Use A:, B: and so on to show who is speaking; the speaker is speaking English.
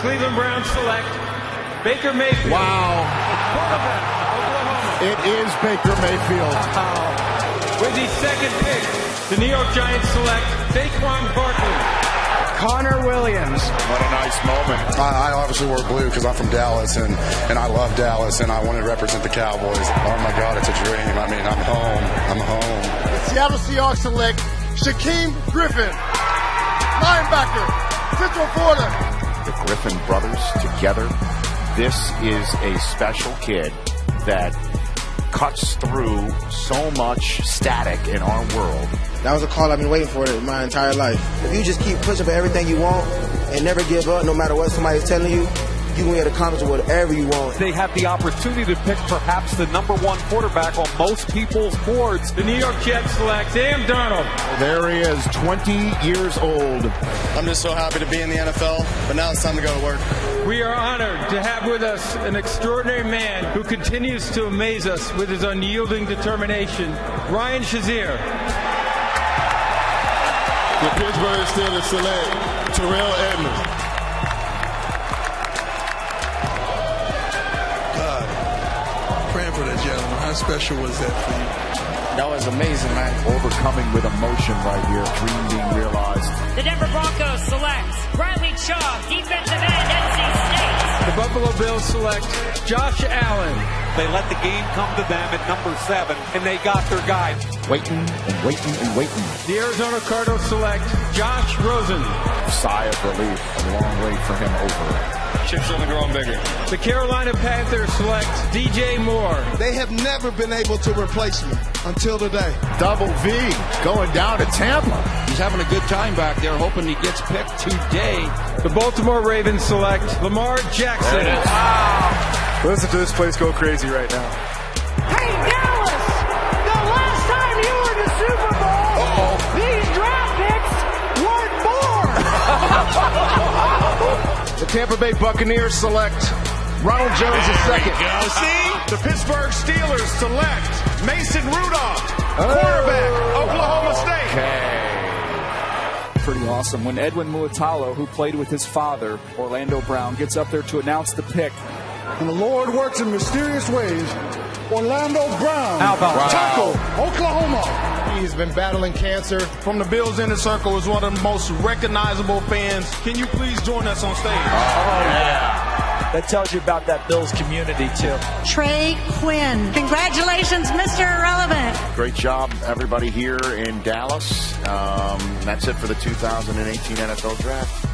A: Cleveland Browns select Baker Mayfield.
B: Wow.
A: Quarterback, Oklahoma.
B: It is Baker Mayfield.
A: With the second pick, the New York Giants select Saquon Barkley.
C: Connor Williams.
D: What a nice moment.
E: I, I obviously wear blue because I'm from Dallas and, and I love Dallas and I want to represent the Cowboys. Oh my God, it's a dream. I mean, I'm home. I'm home.
F: Seattle Seahawks select Shaquem Griffin, linebacker, Central Florida.
D: The Griffin brothers together. This is a special kid that cuts through so much static in our world.
G: That was a call I've been waiting for my entire life. If you just keep pushing for everything you want and never give up, no matter what somebody's telling you, you can get accomplished whatever you want.
H: They have the opportunity to pick perhaps the number one quarterback on most people's boards.
A: The New York Jets select Sam Darnold.
B: There he is, 20 years old.
I: I'm just so happy to be in the NFL, but now it's time to go to work.
A: We are honored to have with us an extraordinary man who continues to amaze us with his unyielding determination, Ryan Shazier.
J: The Pittsburgh Steelers select Terrell Edmonds.
I: Praying for that gentleman. How special was that for you?
D: That was amazing, man. Overcoming with emotion right here. Dream being realized.
K: The Denver Broncos select Bradley Chubb, defensive end, NC State.
A: The Buffalo Bills select Josh Allen.
H: They let the game come to them at number seven, and they got their guy.
B: Waiting and waiting and waiting.
A: The Arizona Cardinals select Josh Rosen.
D: Sigh of relief. A long wait for him over.
I: Chips only growing bigger.
A: The Carolina Panthers select DJ Moore.
J: They have never been able to replace me until today.
B: Double V going down to Tampa.
L: He's having a good time back there, hoping he gets picked today.
A: The Baltimore Ravens select Lamar Jackson.
J: Listen to this place go crazy right now.
K: Hey, Dallas, the last time you were in the Super Bowl, these draft picks weren't born.
B: The Tampa Bay Buccaneers select Ronald Jones II.
J: The Pittsburgh Steelers select Mason Rudolph, quarterback, Oklahoma State.
H: Pretty awesome. When Edwin Muatalo, who played with his father, Orlando Brown, gets up there to announce the pick,
F: And the Lord works in mysterious ways. Orlando Brown,
H: How about- Wow.
F: tackle, Oklahoma. He's been battling cancer.
J: From the Bills Inner Circle is one of the most recognizable fans. Can you please join us on stage?
H: that tells you about that Bills community, too.
K: Trey Quinn. Congratulations, Mr. Irrelevant.
D: Great job, everybody here in Dallas. Um, that's it for the 2018 NFL Draft.